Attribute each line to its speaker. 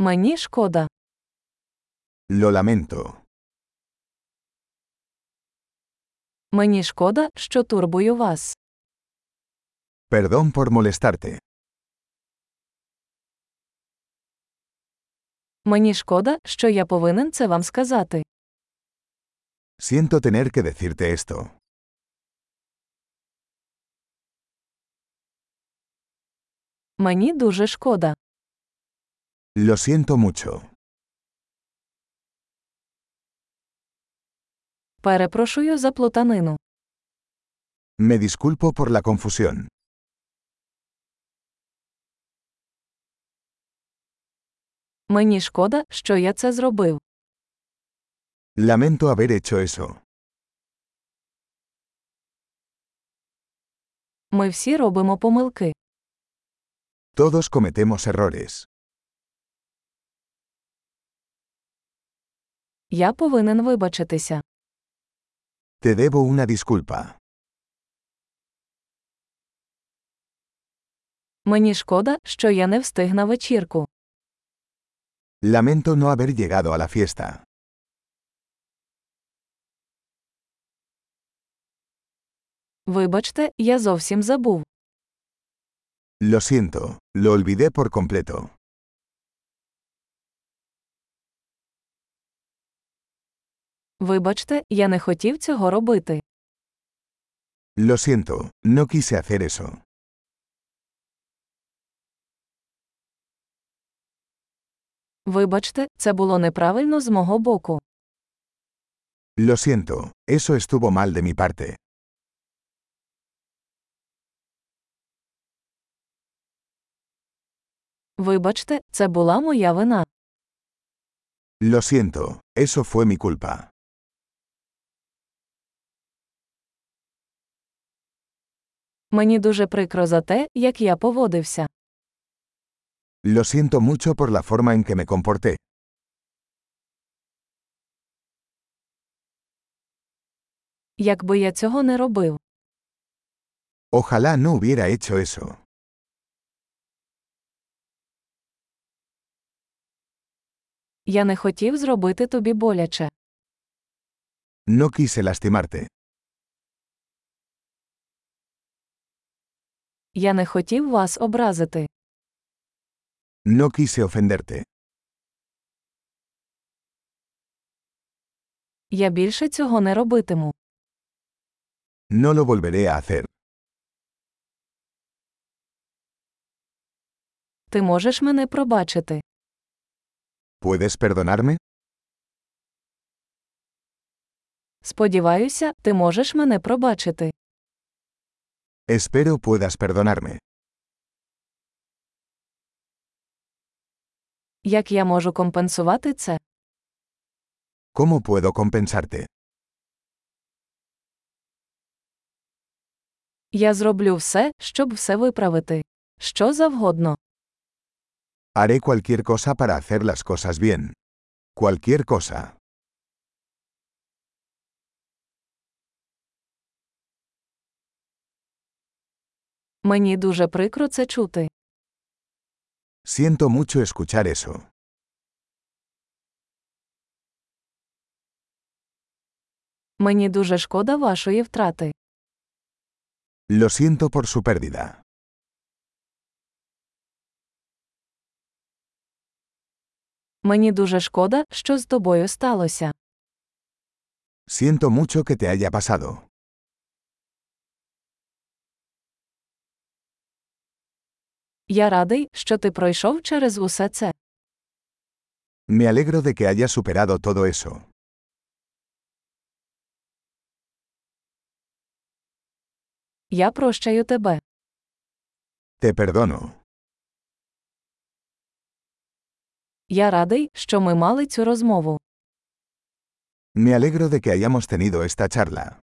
Speaker 1: Мені шкода.
Speaker 2: Lo lamento.
Speaker 1: Мені шкода, що турбую вас.
Speaker 2: Perdón por molestarte.
Speaker 1: Мені шкода, що я повинен це вам сказати.
Speaker 2: Siento tener que decirte esto.
Speaker 1: Мені дуже шкода.
Speaker 2: Lo siento mucho.
Speaker 1: Перепрошую за плутанину.
Speaker 2: Me disculpo por la confusión.
Speaker 1: Мені шкода, що я це зробив.
Speaker 2: Lamento haber hecho eso.
Speaker 1: Ми всі робимо помилки.
Speaker 2: Todos cometemos errores.
Speaker 1: Я повинен вибачитися.
Speaker 2: Te debo una disculpa.
Speaker 1: Мені шкода, що я не встиг на вечірку.
Speaker 2: Lamento no haber llegado a la fiesta.
Speaker 1: Вибачте, я зовсім забув.
Speaker 2: Lo siento, lo olvidé por completo.
Speaker 1: Вибачте, я не хотів цього робити.
Speaker 2: Lo siento, no quise hacer eso.
Speaker 1: Вибачте, це було неправильно з мого боку.
Speaker 2: Lo siento, eso estuvo mal de mi parte.
Speaker 1: Вибачте, це була моя вина.
Speaker 2: Lo siento, eso fue mi culpa.
Speaker 1: Мені дуже прикро за те, як я поводився.
Speaker 2: Lo siento mucho por la forma en que me comporté.
Speaker 1: Якби я цього не робив.
Speaker 2: Ojalá no hubiera hecho eso.
Speaker 1: Я не хотів зробити тобі боляче.
Speaker 2: No quise lastimarte.
Speaker 1: Я не хотів вас образити.
Speaker 2: No quise ofenderte.
Speaker 1: Я більше цього не робитиму.
Speaker 2: No lo volveré a hacer.
Speaker 1: Ти можеш мене пробачити.
Speaker 2: ¿Puedes perdonarme?
Speaker 1: Сподіваюся, ти можеш мене пробачити.
Speaker 2: Espero puedas perdonarme.
Speaker 1: Як я можу компенсувати це?
Speaker 2: ¿Cómo puedo compensarte?
Speaker 1: Я зроблю все, щоб все виправити. Що завгодно.
Speaker 2: Haré cualquier cosa para hacer las cosas bien. Cualquier cosa.
Speaker 1: Мені дуже прикро це чути.
Speaker 2: Siento mucho escuchar eso.
Speaker 1: Мені дуже шкода вашої втрати.
Speaker 2: Lo siento por su pérdida.
Speaker 1: Мені дуже шкода, що з тобою сталося.
Speaker 2: Siento mucho que te haya pasado.
Speaker 1: Я радий, що ти пройшов через усе це.
Speaker 2: Me alegro de que hayas superado todo eso.
Speaker 1: Я прощаю тебе.
Speaker 2: Te perdono.
Speaker 1: Я радий, що ми мали цю розмову.
Speaker 2: Me alegro de que hayamos tenido esta charla.